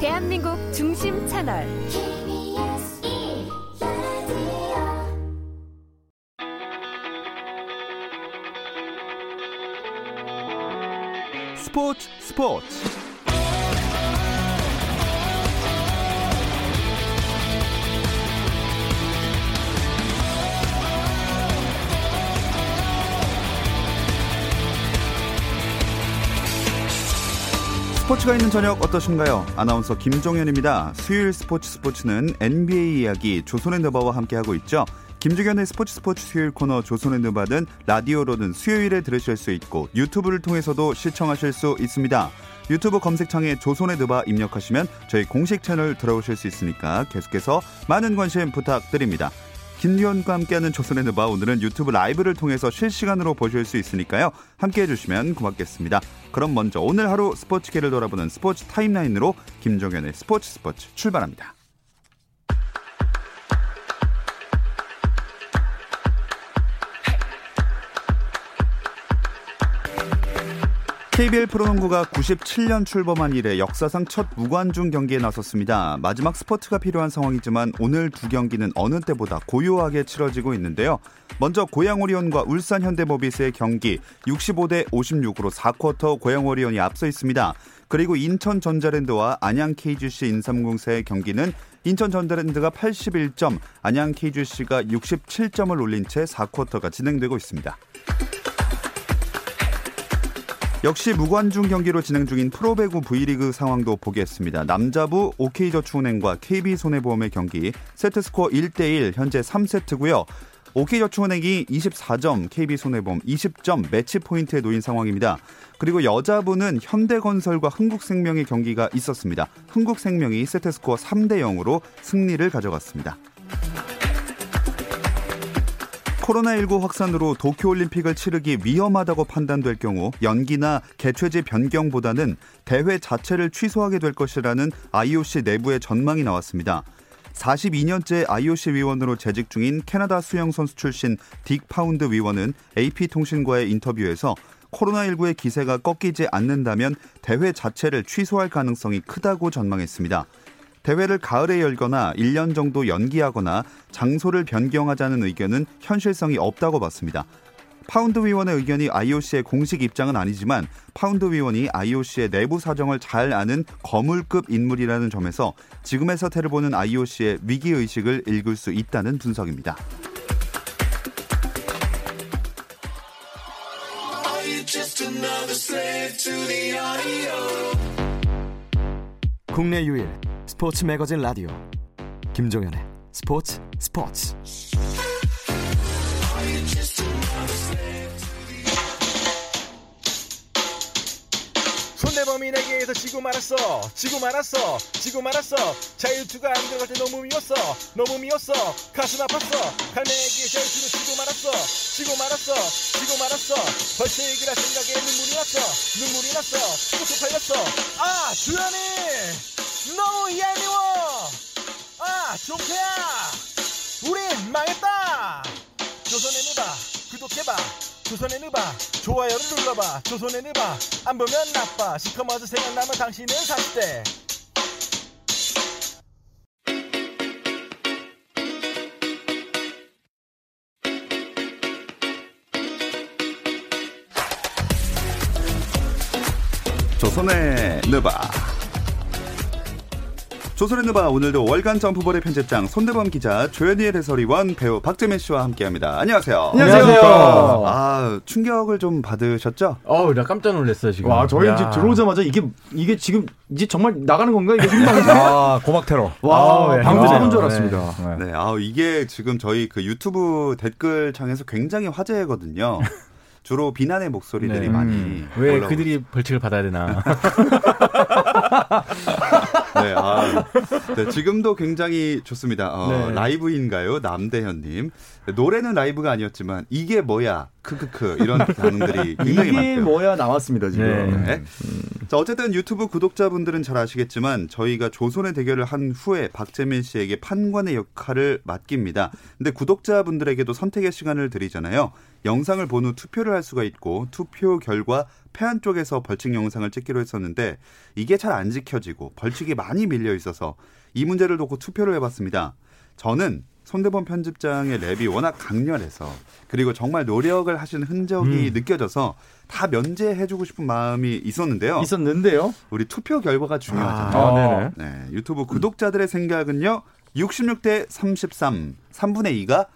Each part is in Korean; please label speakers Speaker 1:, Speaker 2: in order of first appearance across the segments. Speaker 1: 대한민국 중심 채널
Speaker 2: KBS 1 라디오
Speaker 3: 스포츠 스포츠 스포츠가 있는 저녁 어떠신가요? 아나운서 김종현입니다. 수요일 스포츠 스포츠는 NBA 이야기 조선의 너바와 함께하고 있죠. 김종현의 스포츠 스포츠 수요일 코너 조선의 너바는 라디오로는 수요일에 들으실 수 있고 유튜브를 통해서도 시청하실 수 있습니다. 유튜브 검색창에 조선의 너바 입력하시면 저희 공식 채널 들어오실 수 있으니까 계속해서 많은 관심 부탁드립니다. 김기현과 함께하는 조선의 누바 오늘은 유튜브 라이브를 통해서 실시간으로 보실 수 있으니까요. 함께해 주시면 고맙겠습니다. 그럼 먼저 오늘 하루 스포츠계를 돌아보는 스포츠 타임라인으로 김종현의 스포츠 스포츠 출발합니다. KBL 프로농구가 97년 출범한 이래 역사상 첫 무관중 경기에 나섰습니다. 마지막 스포츠가 필요한 상황이지만 오늘 두 경기는 어느 때보다 고요하게 치러지고 있는데요. 먼저 고양 오리온과 울산 현대모비스의 경기 65대 56으로 4쿼터 고양 오리온이 앞서 있습니다. 그리고 인천 전자랜드와 안양 KGC 인삼공사의 경기는 인천 전자랜드가 81점, 안양 KGC가 67점을 올린 채 4쿼터가 진행되고 있습니다. 역시 무관중 경기로 진행 중인 프로배구 V리그 상황도 보겠습니다. 남자부 OK저축은행과 KB손해보험의 경기 세트스코어 1대1 현재 3세트고요. OK저축은행이 24점, KB손해보험 20점 매치 포인트에 놓인 상황입니다. 그리고 여자부는 현대건설과 흥국생명의 경기가 있었습니다. 흥국생명이 세트스코어 3대 0으로 승리를 가져갔습니다. 코로나19 확산으로 도쿄올림픽을 치르기 위험하다고 판단될 경우 연기나 개최지 변경보다는 대회 자체를 취소하게 될 것이라는 IOC 내부의 전망이 나왔습니다. 42년째 IOC 위원으로 재직 중인 캐나다 수영선수 출신 딕 파운드 위원은 AP통신과의 인터뷰에서 코로나19의 기세가 꺾이지 않는다면 대회 자체를 취소할 가능성이 크다고 전망했습니다. 대회를 가을에 열거나 1년 정도 연기하거나 장소를 변경하자는 의견은 현실성이 없다고 봤습니다. 파운드 위원의 의견이 IOC의 공식 입장은 아니지만 파운드 위원이 IOC의 내부 사정을 잘 아는 거물급 인물이라는 점에서 지금의 사태를 보는 IOC의 위기 의식을 읽을 수 있다는 분석입니다.
Speaker 4: 국내 유일 스포츠 매거진 라디오 김종현의 스포츠 스포츠
Speaker 5: 손대범인에게서 지고 말았어 지고 말았어 지고 말았어 자유투가 안 들어갈 때 너무 미웠어 너무 미웠어 가슴 아팠어 갈매에게 자유투를 지고 말았어 지고 말았어 지고 말았어 벌칙이라 생각에 눈물이 났어 눈물이 났어 꽃도 팔렸어 아 주현이 너무 얄미워 아 종태야 우린 망했다 조선의 누바 구독해봐 조선의 누바 좋아요를 눌러봐 조선의 누바 안 보면 나빠 시커머즈 생각나면 당신은 40대
Speaker 3: 조선의 느바 조선의 느바 오늘도 월간 점프볼의 편집장 손대범 기자 조현일 해설위원 배우 박재민 씨와 함께합니다. 안녕하세요.
Speaker 6: 어.
Speaker 7: 안녕하세요.
Speaker 3: 아 충격을 좀 받으셨죠?
Speaker 6: 어우, 나 깜짝 놀랐어요, 지금.
Speaker 7: 와 저희
Speaker 6: 야.
Speaker 7: 이제 들어오자마자 이게 이게 지금 이제 정말 나가는 건가 이게 생방이
Speaker 4: 아 고막 테러
Speaker 7: 와 방금
Speaker 4: 아,
Speaker 7: 잡은 줄
Speaker 4: 네.
Speaker 7: 알았습니다.
Speaker 3: 네, 아 이게 지금 저희 그 유튜브 댓글 창에서 굉장히 화제거든요. 주로 비난의 목소리들이
Speaker 6: 네.
Speaker 3: 많이
Speaker 6: 왜
Speaker 3: 올라오고
Speaker 6: 그들이 벌칙을 받아야 되나.
Speaker 3: 네, 아, 네, 지금도 굉장히
Speaker 6: 네.
Speaker 3: 좋습니다. 어, 라이브인가요? 남대현님. 노래는 라이브가 아니었지만, 이게 뭐야? 크크크 이런 반응들이 굉장히
Speaker 7: 이게
Speaker 3: 많대요.
Speaker 7: 뭐야 나왔습니다 지금.
Speaker 3: 네. 자 어쨌든 유튜브 구독자분들은 잘 아시겠지만 저희가 조선의 대결을 한 후에 박재민 씨에게 판관의 역할을 맡깁니다. 근데 구독자분들에게도 선택의 시간을 드리잖아요. 영상을 본 후 투표를 할 수가 있고 투표 결과 패한 쪽에서 벌칙 영상을 찍기로 했었는데 이게 잘 안 지켜지고 벌칙이 많이 밀려 있어서 이 문제를 놓고 투표를 해봤습니다. 저는 손대범 편집장의 랩이 워낙 강렬해서 그리고 정말 노력을 하신 흔적이 느껴져서 다 면제해주고 싶은 마음이 있었는데요.
Speaker 7: 있었는데요.
Speaker 3: 우리 투표 결과가
Speaker 8: 어.
Speaker 3: 중요하잖아요.
Speaker 7: 아, 네네.
Speaker 3: 네, 유튜브 구독자들의 생각은요. 66대 33, 3분의 2가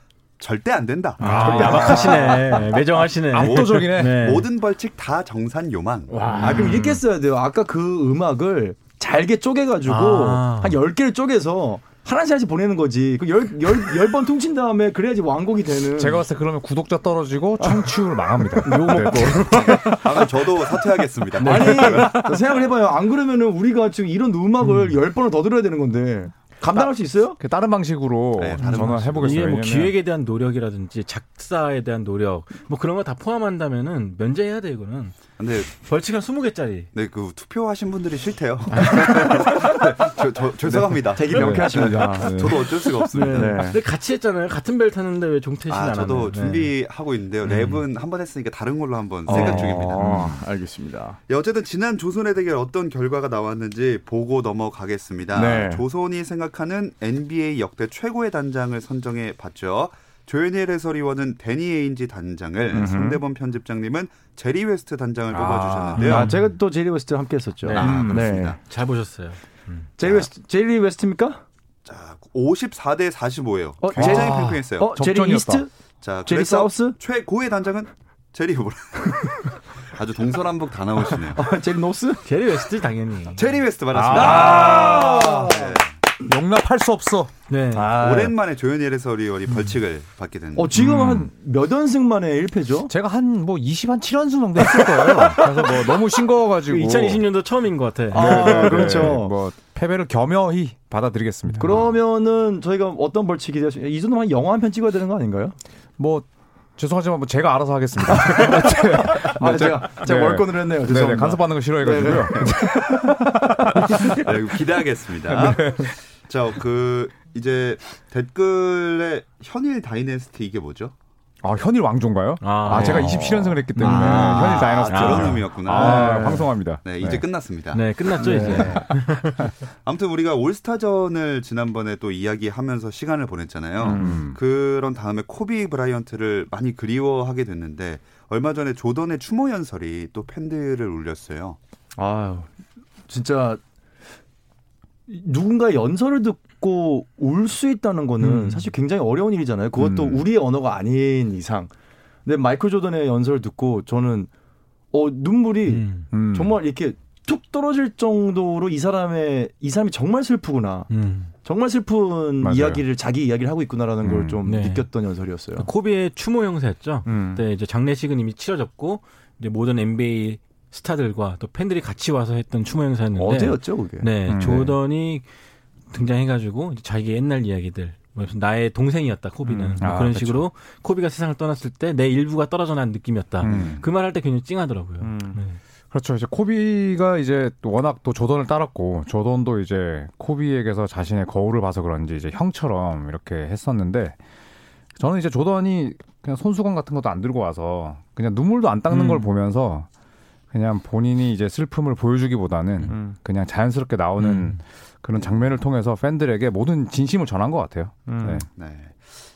Speaker 3: 절대 안 된다.
Speaker 6: 아, 야박하시네. 매정하시네.
Speaker 8: 압도적이네.
Speaker 6: 네.
Speaker 3: 모든 벌칙 다 정산 요망.
Speaker 6: 와.
Speaker 7: 아, 그럼
Speaker 8: 음.
Speaker 7: 이렇게 써야 돼요. 아까 그 음악을 잘게 쪼개가지고
Speaker 6: 아.
Speaker 7: 한 10개를 쪼개서 하나씩 하나씩 보내는 거지. 그 10, 열 열번 퉁친 다음에 그래야지 완곡이 되는.
Speaker 8: 제가 봤을 때 그러면 구독자 떨어지고 청취율 망합니다. 네.
Speaker 3: 아, 저도 사퇴하겠습니다.
Speaker 7: 아니, 그 생각을 해봐요. 안 그러면은 우리가 지금 이런 음악을 열 10번을 더 들어야 되는 건데. 감당할 수 있어요?
Speaker 8: 그 다른 방식으로
Speaker 3: 네, 다른
Speaker 8: 전화
Speaker 3: 방식으로.
Speaker 8: 해보겠습니다.
Speaker 6: 이게 뭐
Speaker 8: 왜냐면
Speaker 6: 기획에 대한 노력이라든지 작사에 대한 노력 뭐 그런 거 다 포함한다면은 면제해야 돼 이거는
Speaker 3: 근데
Speaker 6: 벌칙 한 20개짜리
Speaker 3: 네, 그 투표하신 분들이 싫대요. 저, 저, 죄송합니다. 되게
Speaker 8: 아. 네. 명쾌하십니다. 네.
Speaker 3: 저도 어쩔 수가 없습니다.
Speaker 8: 네.
Speaker 6: 근데 같이 했잖아요 같은 벨 탔는데 왜 종태 씨는
Speaker 3: 아,
Speaker 6: 안
Speaker 3: 저도
Speaker 6: 하나요? 네.
Speaker 3: 준비하고 있는데요. 랩은 한 번 했으니까 다른 걸로 한번 생각 중입니다.
Speaker 8: 음. 어, 알겠습니다.
Speaker 3: 예, 어쨌든 지난 조선의 대결 어떤 결과가 나왔는지 보고 넘어가겠습니다.
Speaker 8: 네.
Speaker 3: 조선이 생각하는 NBA 역대 최고의 단장을 선정해 봤죠. 조현일 해설위원은 데니 에인지 단장을, 손대범 편집장님은 제리 웨스트 단장을 뽑아주셨는데요.
Speaker 8: 음,
Speaker 7: 아, 제가 또 제리 웨스트랑 함께 했었죠. 음.
Speaker 6: 네.
Speaker 3: 아, 그렇습니다.
Speaker 6: 잘 보셨어요
Speaker 8: 아,
Speaker 7: 제리 웨스트, 제리 웨스트입니까?
Speaker 3: 자, 54대 45예요.
Speaker 7: 어,
Speaker 3: 굉장히
Speaker 8: 제-
Speaker 3: 팽팽했어요.
Speaker 7: 어, 제리
Speaker 8: 접전이었다.
Speaker 7: 이스트?
Speaker 3: 자,
Speaker 7: 제리
Speaker 3: 그래서
Speaker 7: 사우스?
Speaker 3: 최고의 단장은 제리 후보. 아주 동서남북 다 나오시네요.
Speaker 7: 아, 제리 노스?
Speaker 6: 제리 웨스트 당연히
Speaker 3: 아, 제리 웨스트 받았습니다. 네.
Speaker 8: 용납할 네. 수 없어.
Speaker 6: 네
Speaker 3: 오랜만에 조현일 해설위원이 벌칙을 받게 됐는데
Speaker 7: 어,
Speaker 8: 음.
Speaker 7: 지금 한 몇 연승 만에 1패죠?
Speaker 8: 제가 한 뭐 20, 한 7연승 정도 했을 거예요. 그래서 뭐 너무 싱거워가지고.
Speaker 6: 2020년도 그 처음인 것 같아
Speaker 7: 아,
Speaker 8: 네,
Speaker 7: 그렇죠.
Speaker 8: 뭐 패배를 겸허히 받아들이겠습니다.
Speaker 7: 그러면은 저희가 어떤 벌칙이 되죠? 이 정도면 한 영화 한 편 찍어야 되는 거 아닌가요?
Speaker 8: 뭐 죄송하지만 뭐 제가 알아서 하겠습니다.
Speaker 7: 아, 제가 제가
Speaker 8: 네.
Speaker 7: 월권을 했네요.
Speaker 8: 네,
Speaker 7: 죄송합니다.
Speaker 8: 네, 간섭받는 거 싫어해가지고요.
Speaker 3: 네, 기대하겠습니다. 자, 그 이제 댓글에 현일 다이내스티 이게 뭐죠?
Speaker 8: 아 현일 왕조인가요?
Speaker 6: 아,
Speaker 8: 아, 제가 27연승을 했기 때문에
Speaker 3: 아,
Speaker 8: 현일 다이너스티.
Speaker 3: 그런
Speaker 8: 아,
Speaker 3: 의미였구나.
Speaker 8: 아, 방송합니다.
Speaker 3: 네, 이제 끝났습니다.
Speaker 6: 네 끝났죠 이제
Speaker 3: 아무튼 우리가 올스타전을 지난번에 또 이야기하면서 시간을 보냈잖아요. 그런 다음에 코비 브라이언트를 많이 그리워하게 됐는데 얼마 전에 조던의 추모 연설이 또 팬들을 울렸어요.
Speaker 7: 아유, 진짜 누군가의 연설을 듣고 울 수 있다는 거는 사실 굉장히 어려운 일이잖아요. 그것도 우리의 언어가 아닌 이상. 근데 마이클 조던의 연설을 듣고 저는 어 눈물이
Speaker 6: 음.
Speaker 8: 음.
Speaker 7: 정말 이렇게 툭 떨어질 정도로 이 사람의 이 사람이 정말 슬프구나.
Speaker 6: 음.
Speaker 7: 정말 슬픈
Speaker 8: 맞아요.
Speaker 7: 이야기를 자기 이야기를 하고 있구나라는 걸 좀
Speaker 6: 네.
Speaker 7: 느꼈던 연설이었어요.
Speaker 6: 코비의 추모 행사였죠
Speaker 8: 음.
Speaker 3: 네.
Speaker 6: 그때 이제 장례식은 이미 치러졌고 이제 모든 NBA 스타들과 또 팬들이 같이 와서 했던 추모 행사였는데
Speaker 7: 어제였죠, 그게.
Speaker 6: 네,
Speaker 8: 음.
Speaker 6: 조던이 등장해가지고 이제 자기 옛날 이야기들, 뭐 나의 동생이었다 코비는
Speaker 8: 음.
Speaker 6: 뭐
Speaker 8: 아,
Speaker 6: 그런
Speaker 8: 그쵸.
Speaker 6: 식으로 코비가 세상을 떠났을 때 내 일부가 떨어져 난 느낌이었다.
Speaker 8: 음.
Speaker 6: 그 말 할 때 굉장히 찡하더라고요. 네.
Speaker 8: 그렇죠. 이제 코비가 이제 또 워낙 또 조던을 따랐고 조던도 이제 코비에게서 자신의 거울을 봐서 그런지 이제 형처럼 이렇게 했었는데 저는 이제 조던이 그냥 손수건 같은 것도 안 들고 와서 그냥 눈물도 안 닦는
Speaker 6: 음.
Speaker 8: 걸 보면서 그냥 본인이 이제 슬픔을 보여주기보다는 그냥 자연스럽게 나오는
Speaker 6: 음.
Speaker 8: 그런 장면을 통해서 팬들에게 모든 진심을 전한 것 같아요.
Speaker 6: 음.
Speaker 8: 네.
Speaker 3: 네.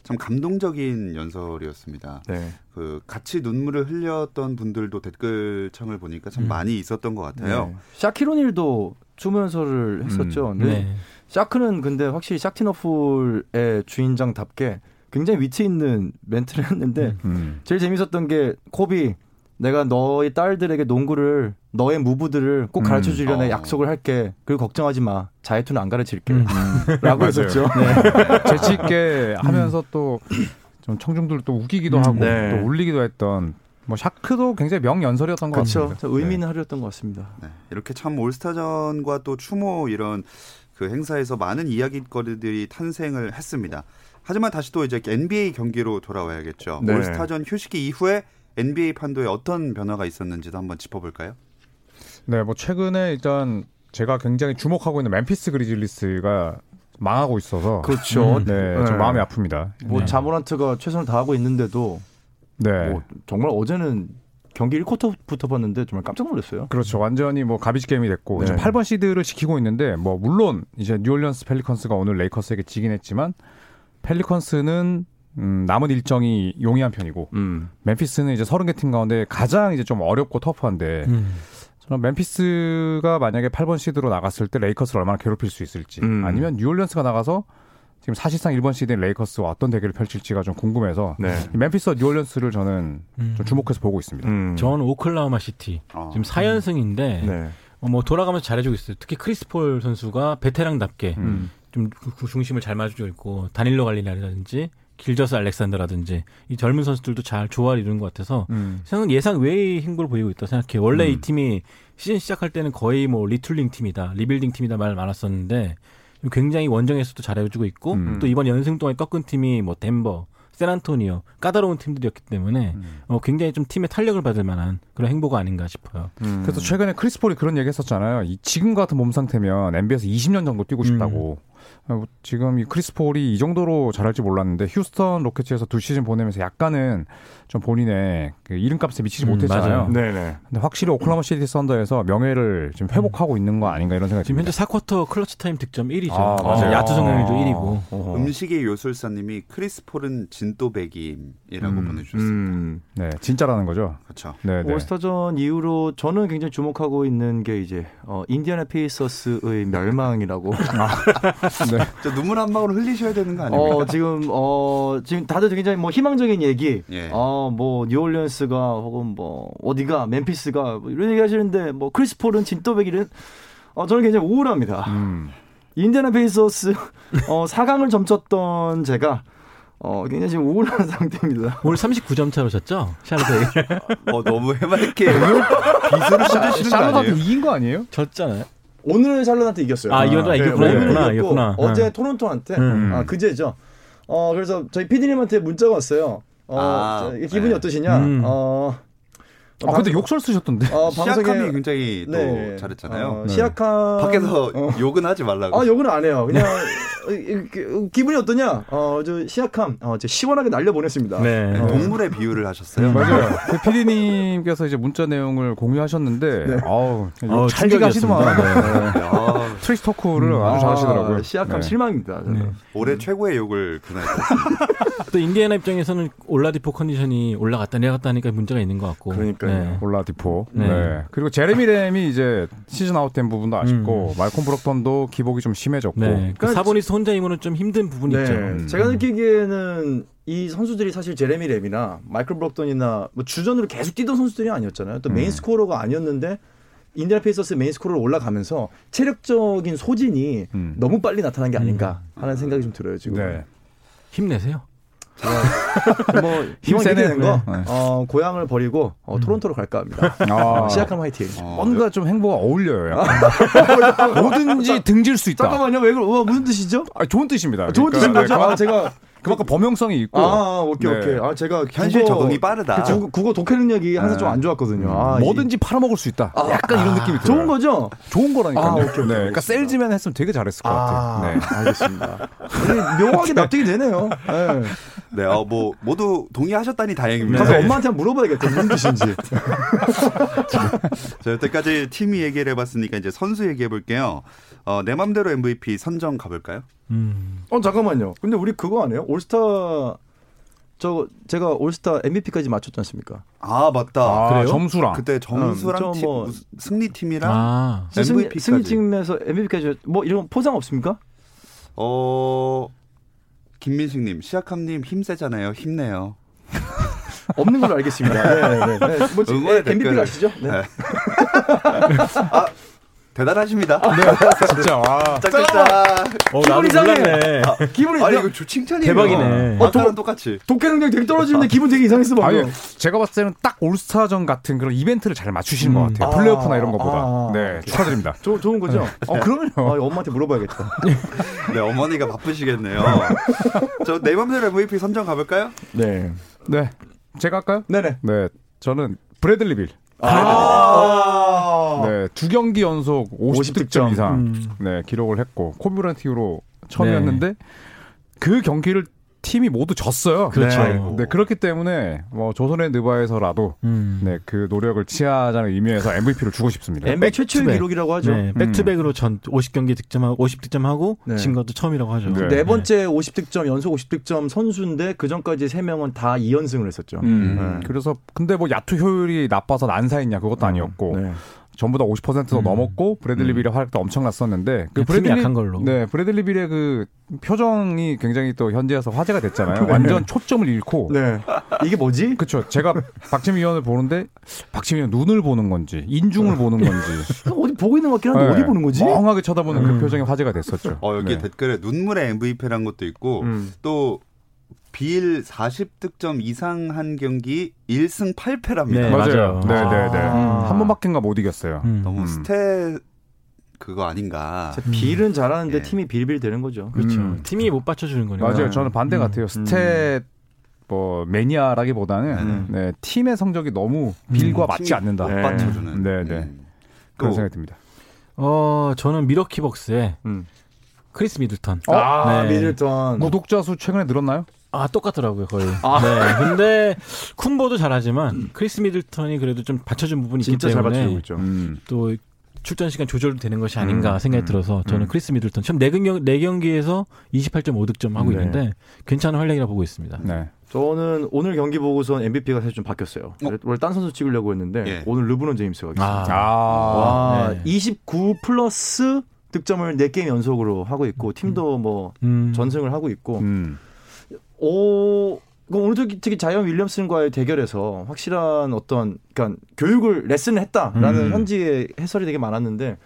Speaker 3: 참 감동적인 연설이었습니다.
Speaker 7: 네.
Speaker 3: 그 같이 눈물을 흘렸던 분들도 댓글창을 보니까 참 많이 있었던 것 같아요.
Speaker 7: 네. 샤키로닐도 추모 연설을 했었죠. 근데
Speaker 6: 네.
Speaker 7: 샤크는 근데 확실히 샤티너풀의 주인장답게 굉장히 위트 있는 멘트를 했는데
Speaker 8: 음.
Speaker 7: 제일 재밌었던 게 코비 내가 너의 딸들에게 농구를 너의 무브들을 꼭 가르쳐 주려 내
Speaker 3: 어.
Speaker 7: 약속을 할게. 그리고 걱정하지 마. 자이투는 안 가르칠게.
Speaker 6: 음.
Speaker 7: 라고 했었죠.
Speaker 8: 재치 있게 하면서 또 좀 청중들 또 웃기기도 하고
Speaker 7: 음. 네.
Speaker 8: 또 울리기도 했던 뭐 샤크도 굉장히 명연설이었던 것
Speaker 7: 그렇죠.
Speaker 8: 같습니다.
Speaker 7: 의미 있는 하루였던 것 같습니다.
Speaker 3: 네. 이렇게 참 올스타전과 또 추모 이런 그 행사에서 많은 이야기거리들이 탄생을 했습니다. 하지만 다시 또 이제 NBA 경기로 돌아와야겠죠.
Speaker 7: 네.
Speaker 3: 올스타전 휴식기 이후에 NBA 판도에 어떤 변화가 있었는지도 한번 짚어볼까요?
Speaker 8: 네, 뭐 최근에 일단 제가 굉장히 주목하고 있는 멤피스 그리즐리스가 망하고 있어서
Speaker 7: 그렇죠.
Speaker 8: 네, 좀 마음이 아픕니다.
Speaker 7: 뭐 자모란트가 최선을 다하고 있는데도
Speaker 8: 네.
Speaker 7: 뭐 정말 어제는 경기 1쿼터부터 봤는데 정말 깜짝 놀랐어요.
Speaker 8: 그렇죠. 완전히 뭐 가비지 게임이 됐고
Speaker 7: 네.
Speaker 8: 지금 8번 시드를 지키고 있는데 뭐 물론 이제 뉴올리언스 펠리컨스가 오늘 레이커스에게 지긴 했지만 펠리컨스는 음, 남은 일정이 용이한 편이고
Speaker 7: 음.
Speaker 8: 멤피스는 이제 30개 팀 가운데 가장 이제 좀 어렵고 터프한데
Speaker 6: 음.
Speaker 8: 저는 멤피스가 만약에 8번 시드로 나갔을 때 레이커스를 얼마나 괴롭힐 수 있을지
Speaker 7: 음.
Speaker 8: 아니면 뉴올리언스가 나가서 지금 사실상 1번 시드인 레이커스와 어떤 대결을 펼칠지가 좀 궁금해서
Speaker 7: 네.
Speaker 8: 이 멤피스와 뉴올리언스를 저는
Speaker 6: 음.
Speaker 8: 좀 주목해서 보고 있습니다.
Speaker 7: 음.
Speaker 6: 전 오클라호마 시티
Speaker 3: 어.
Speaker 6: 지금 4연승인데
Speaker 7: 네.
Speaker 6: 뭐 돌아가면서 잘해주고 있어요. 특히 크리스폴 선수가 베테랑답게 좀 구- 구- 중심을 잘 맞춰주고 있고 다닐로 갈리나라든지 길저스 알렉산더라든지 이 젊은 선수들도 잘 조화를 이루는 것 같아서
Speaker 8: 음.
Speaker 6: 저는 예상 외의 행보를 보이고 있다 고 생각해요. 원래 이 팀이 시즌 시작할 때는 거의 뭐 리툴링 팀이다, 리빌딩 팀이다 말 많았었는데 굉장히 원정에서도 잘해주고 있고
Speaker 8: 음.
Speaker 6: 또 이번 연승 동안 꺾은 팀이 뭐 덴버, 샌안토니오 까다로운 팀들이었기 때문에 어, 굉장히 좀 팀의 탄력을 받을 만한 그런 행보가 아닌가 싶어요.
Speaker 8: 그래서 최근에 크리스폴이 그런 얘기 했었잖아요. 이 지금 같은 몸 상태면 NBA에서 20년 정도 뛰고 싶다고.
Speaker 6: 음.
Speaker 8: 아, 뭐 지금 이 크리스폴이 이 정도로 잘할지 몰랐는데 휴스턴 로켓츠에서 두 시즌 보내면서 약간은 좀 본인의 그 이름값에 미치지
Speaker 6: 음,
Speaker 8: 못했잖아요.
Speaker 6: 맞아요.
Speaker 7: 네네.
Speaker 8: 근데 확실히 오클라마 시티 썬더에서 명예를 지금 회복하고 있는 거 아닌가 이런
Speaker 7: 네.
Speaker 8: 생각이
Speaker 6: 지금
Speaker 8: 듭니다.
Speaker 6: 현재 4쿼터 클러치 타임 득점 1위죠. 네. 어,
Speaker 8: 아, 맞아요.
Speaker 6: 야투 성공률도 1위고.
Speaker 7: 어허.
Speaker 3: 음식의 요술사님이 크리스폴은 진또배기임이라고
Speaker 8: 음.
Speaker 3: 보내주셨어요.
Speaker 7: 음.
Speaker 8: 네, 진짜라는 거죠.
Speaker 3: 그렇죠.
Speaker 8: 네, 네.
Speaker 7: 올스타전 이후로 저는 굉장히 주목하고 있는 게 이제 어, 인디애나 페이서스의 멸망이라고.
Speaker 8: 네.
Speaker 3: 저 눈물 한 방울 흘리셔야 되는 거 아닙니까?
Speaker 7: 어, 지금 어, 지금 다들 굉장히 뭐 희망적인 얘기.
Speaker 3: 예.
Speaker 7: 어, 뭐 뉴올리언스가 혹은 뭐 어디가 멤피스가 뭐 이런 얘기 하시는데 뭐 크리스폴은 진또배기는 어, 저는 굉장히 우울합니다.
Speaker 8: 음.
Speaker 7: 인디애나 페이서스 어, 4강을 점쳤던 제가 어, 굉장히 지금 우울한 상태입니다.
Speaker 6: 오늘 39점 차로 졌죠? 샤르드
Speaker 3: 어, 너무 해맑게
Speaker 7: 아,
Speaker 3: 어, 비수를 쏟으시는 거
Speaker 8: 음. 샬롯한테
Speaker 3: 아니에요?
Speaker 8: 이긴 거 아니에요?
Speaker 6: 졌잖아요.
Speaker 7: 오늘은 샬럿한테 이겼어요. 네,
Speaker 6: 아, 이겼다. 이겼구나,
Speaker 7: 오늘
Speaker 6: 이겼구나,
Speaker 7: 이겼고
Speaker 6: 이겼구나.
Speaker 7: 어제
Speaker 6: 네.
Speaker 7: 토론토한테
Speaker 6: 음.
Speaker 7: 아, 그제죠. 어, 그래서 저희 피디님한테 문자가 왔어요. 어,
Speaker 3: 아,
Speaker 7: 저, 기분이
Speaker 3: 네.
Speaker 7: 어떠시냐?
Speaker 6: 음.
Speaker 7: 어,
Speaker 8: 아, 근데 욕설 쓰셨던데.
Speaker 7: 어,
Speaker 3: 시작함이
Speaker 7: 방송에
Speaker 3: 굉장히 또
Speaker 7: 네.
Speaker 3: 잘했잖아요.
Speaker 7: 어,
Speaker 8: 네.
Speaker 7: 시작함
Speaker 3: 밖에서
Speaker 7: 어.
Speaker 3: 욕은 하지 말라고.
Speaker 7: 아 욕은 안 해요. 그냥 어, 이렇게, 어, 기분이 어떠냐? 어저 시작함 어, 제 시원하게 날려 보냈습니다.
Speaker 6: 네.
Speaker 3: 네, 동물의 비유를
Speaker 7: 음,
Speaker 3: 하셨어요.
Speaker 8: 맞아요. 그 PD님께서 이제 문자 내용을 공유하셨는데,
Speaker 7: 네.
Speaker 8: 아우,
Speaker 6: 어우,
Speaker 8: 찰지가 하시더만. 네.
Speaker 3: 야,
Speaker 8: 트릭스 토크를 아주 잘하시더라고요.
Speaker 7: 아,
Speaker 8: 네.
Speaker 7: 시작함 실망입니다. 저는.
Speaker 6: 네.
Speaker 3: 올해 최고의 욕을 그날 했어요.
Speaker 6: 또 인디애나 입장에서는 올라디포 컨디션이 올라갔다 내려갔다 하니까 문제가 있는 것 같고.
Speaker 7: 그러니까요.
Speaker 8: 올라디포. 네.
Speaker 6: 네.
Speaker 8: 그리고 제레미 램이 이제 시즌 아웃된 부분도 아쉽고 말콤 브록턴도 기복이 좀 심해졌고.
Speaker 6: 네. 네. 그 사보니스 혼자이면은 좀 힘든 부분이
Speaker 7: 뭐, 그러니까 네.
Speaker 6: 있죠.
Speaker 8: 음.
Speaker 7: 제가 느끼기에는 이 선수들이 사실 제레미 램이나 마이클 브록던이나 뭐 주전으로 계속 뛰던 선수들이 아니었잖아요. 또
Speaker 8: 음.
Speaker 7: 메인 스코어가 아니었는데 인디애나 페이서스 메인 스코어로 올라가면서 체력적인 소진이
Speaker 8: 음.
Speaker 7: 너무 빨리 나타난 게 아닌가 하는 생각이 좀 들어요 지금.
Speaker 8: 네.
Speaker 6: 힘내세요.
Speaker 7: 뭐
Speaker 8: 힘
Speaker 7: 희망
Speaker 8: 세네.
Speaker 7: 기대는 거
Speaker 8: 네. 음.
Speaker 7: 어, 고향을 버리고 어, 토론토로 갈까 합니다.
Speaker 8: 아,
Speaker 7: 시작하면 화이팅.
Speaker 8: 뭔가 좀 행보가 어울려요. 약간. 뭐든지 등질 수 있다.
Speaker 7: 잠깐만요. 왜 그러? 와, 무슨 뜻이죠?
Speaker 8: 아, 좋은 뜻입니다.
Speaker 7: 좋은
Speaker 8: 그러니까,
Speaker 7: 뜻인 거죠?
Speaker 8: 네,
Speaker 7: 아,
Speaker 8: 그만큼,
Speaker 7: 제가
Speaker 8: 그만큼 범용성이 있고.
Speaker 7: 아, 아, 오케이
Speaker 8: 네.
Speaker 7: 오케이. 아, 제가
Speaker 3: 현실
Speaker 7: 국어-
Speaker 3: 적응이 빠르다.
Speaker 7: 국어, 국어 독해 능력이 항상
Speaker 8: 네.
Speaker 7: 좀 안
Speaker 8: 음.
Speaker 7: 좋았거든요. 아, 이-
Speaker 8: 뭐든지 팔아먹을 수 있다. 약간 이런 느낌이 들어요.
Speaker 7: 좋은 거죠?
Speaker 8: 좋은 거라니까요.
Speaker 7: 아, 오케이, 오케이,
Speaker 8: 네, 그러니까
Speaker 7: 알겠습니다.
Speaker 8: 셀즈맨 했으면 되게 잘했을 것 같아요. 네.
Speaker 7: 알겠습니다. 근데 묘하게 납득이 되네요. 네.
Speaker 3: 네, 어, 뭐 모두 동의하셨다니 다행입니다. 네.
Speaker 7: 가서 엄마한테 한번 물어봐야겠다. 무슨 뜻인지.
Speaker 3: 자, 여태까지 팀이 얘기를 해봤으니까 이제 선수 얘기해볼게요. 어, 내 맘대로 MVP 선정 가볼까요?
Speaker 6: 음.
Speaker 7: 어 잠깐만요. 근데 우리 그거 안 해요? 올스타 저 제가 올스타 MVP까지 맞췄지 않습니까?
Speaker 3: 아, 맞다.
Speaker 8: 아,
Speaker 6: 그래요?
Speaker 8: 점수랑.
Speaker 3: 그때 점수랑
Speaker 7: 음, 저
Speaker 3: 팀,
Speaker 7: 뭐-
Speaker 3: 무슨 승리팀이랑
Speaker 6: 아.
Speaker 7: 승리
Speaker 3: MVP 까지.
Speaker 7: 승리 팀에서 MVP까지 뭐 이런 포상 없습니까?
Speaker 3: 어 김민식님, 시작함님 힘세잖아요. 힘내요.
Speaker 7: 없는 걸로 알겠습니다. 네, 네, 네. 뭐
Speaker 3: 응원의
Speaker 7: MVP
Speaker 3: 댓글을.
Speaker 7: 아시죠? 네.
Speaker 3: 네. 아, 대단하십니다.
Speaker 8: 진짜 와.
Speaker 3: 짝짝짝.
Speaker 6: 어,
Speaker 7: 기분 이상해.
Speaker 6: 몰랐네.
Speaker 7: 기분이
Speaker 3: 아니
Speaker 7: 나-
Speaker 3: 이거 주 칭찬이에요.
Speaker 6: 대박이네.
Speaker 3: 어,
Speaker 8: 뭐-
Speaker 3: 아까랑 똑같이.
Speaker 7: 독해 능력 되게 떨어지는데 기분 되게 이상했어 방금.
Speaker 8: 아니 예. 제가 봤을 때는 딱 올스타전 같은 그런 이벤트를 잘 맞추시는 것 같아요. 플레이오프나 이런 것보다.
Speaker 7: 음. 아.
Speaker 8: 네, 축하드립니다.
Speaker 7: 조- 좋은 거죠?
Speaker 8: 어, 그럼요.
Speaker 7: 아, 이거 엄마한테 물어봐야겠다.
Speaker 3: 네, 어머니가 바쁘시겠네요. 저내 맘대로 MVP 선정 가볼까요?
Speaker 7: 네.
Speaker 8: 네, 제가 할까요?
Speaker 7: 네네.
Speaker 8: 네, 저는 브래들리 빌.
Speaker 7: 아.
Speaker 8: 네, 두 경기 연속 50
Speaker 7: 50
Speaker 8: 득점
Speaker 7: 득점.
Speaker 8: 이상
Speaker 6: 음.
Speaker 8: 네, 기록을 했고 코비 브라이언트 이후로 처음이었는데 그 경기를 팀이 모두 졌어요.
Speaker 6: 그렇죠.
Speaker 8: 네, 네, 그렇기 때문에 뭐 조선의 느바에서라도
Speaker 6: 음.
Speaker 8: 네, 그 노력을 치하자는 의미에서 MVP를 주고 싶습니다.
Speaker 7: NBA 네, 최초의
Speaker 6: 백투백.
Speaker 7: 기록이라고 하죠. 음.
Speaker 6: 네, 백투백으로 전 50경기 득점하고 50득점하고
Speaker 7: 네.
Speaker 6: 진 것도 처음이라고 하죠.
Speaker 8: 네.
Speaker 7: 네 번째 50득점 연속 50득점 선수인데 그 전까지 세 명은 다 2연승을 했었죠.
Speaker 8: 음.
Speaker 7: 네.
Speaker 8: 그래서 근데 뭐 야투 효율이 나빠서 난사했냐 그것도 아니었고
Speaker 7: 네.
Speaker 8: 전부 다 50%도
Speaker 6: 음.
Speaker 8: 넘었고 브래들리 빌의 활약도 엄청났었는데 그
Speaker 6: 팀이 약한 걸로.
Speaker 8: 네 브래들리 빌의 그 표정이 굉장히 또 현지에서 화제가 됐잖아요.
Speaker 6: 네.
Speaker 8: 완전 초점을 잃고
Speaker 7: 네. 이게 뭐지?
Speaker 8: 그렇죠. 제가 박지민 위원을 보는데 박지민 위원 눈을 보는 건지 인중을 보는 건지
Speaker 7: 어디 보고 있는 것 같긴 한데 아, 어디
Speaker 8: 네.
Speaker 7: 보는 거지?
Speaker 8: 멍하게 쳐다보는 그 표정이 화제가 됐었죠.
Speaker 3: 어, 여기
Speaker 8: 네.
Speaker 3: 댓글에 눈물의 MVP라는 것도 있고
Speaker 7: 음.
Speaker 3: 또 빌 40득점 이상 한 경기 1승 8패랍니다.
Speaker 6: 네, 맞아요.
Speaker 8: 네, 네, 네.
Speaker 7: 아.
Speaker 8: 한 번밖에인가 못 이겼어요.
Speaker 6: 음.
Speaker 3: 너무
Speaker 8: 음.
Speaker 3: 스탯 그거 아닌가.
Speaker 7: 진짜 빌은 잘하는데
Speaker 3: 예.
Speaker 7: 팀이 빌빌 되는 거죠.
Speaker 6: 그렇죠.
Speaker 8: 음.
Speaker 6: 팀이 못 받쳐주는 거니까.
Speaker 8: 맞아요. 저는 반대
Speaker 6: 음.
Speaker 8: 같아요. 스탯 뭐 매니아라기보다는
Speaker 3: 음.
Speaker 8: 네, 팀의 성적이 너무 빌과
Speaker 6: 음,
Speaker 8: 맞지
Speaker 3: 팀이
Speaker 8: 않는다.
Speaker 3: 못
Speaker 7: 네.
Speaker 3: 받쳐주는.
Speaker 8: 네, 네.
Speaker 3: 음.
Speaker 8: 그런
Speaker 3: 또
Speaker 8: 생각이 듭니다.
Speaker 6: 어, 저는 미러키 벅스의
Speaker 7: 음.
Speaker 6: 크리스 미들턴.
Speaker 7: 아,
Speaker 6: 네.
Speaker 7: 미들턴.
Speaker 8: 구독자 수 최근에 늘었나요?
Speaker 6: 아, 똑같더라고요, 거의. 네. 근데 쿤보도 잘하지만 크리스 미들턴이 그래도 좀 받쳐준 부분이 있기
Speaker 7: 진짜 잘
Speaker 6: 때문에
Speaker 7: 받쳐주고 있죠.
Speaker 8: 음.
Speaker 6: 또 출전 시간 조절도 되는 것이 아닌가 생각이
Speaker 8: 음,
Speaker 6: 들어서 저는
Speaker 8: 음.
Speaker 6: 크리스 미들턴 처음 4경기, 네경기에서 28.5득점 하고
Speaker 7: 네.
Speaker 6: 있는데 괜찮은 활약이라 보고 있습니다.
Speaker 8: 네.
Speaker 7: 저는 오늘 경기 보고선 MVP가 사실 좀 바뀌었어요. 원래 딴 선수 찍으려고 했는데
Speaker 3: 예.
Speaker 7: 오늘 르브론 제임스가 있어요.
Speaker 6: 아.
Speaker 8: 아.
Speaker 7: 와,
Speaker 6: 네.
Speaker 7: 29 플러스 득점을 4게임 연속으로 하고 있고 팀도 뭐
Speaker 6: 음.
Speaker 7: 전승을 하고 있고
Speaker 8: 음.
Speaker 7: 오, 그럼 오늘 특히, 특히 자이언 윌리엄슨과의 대결에서 확실한 어떤, 그러니까 교육을 레슨을 했다라는
Speaker 8: 음.
Speaker 7: 현지의 해설이 되게 많았는데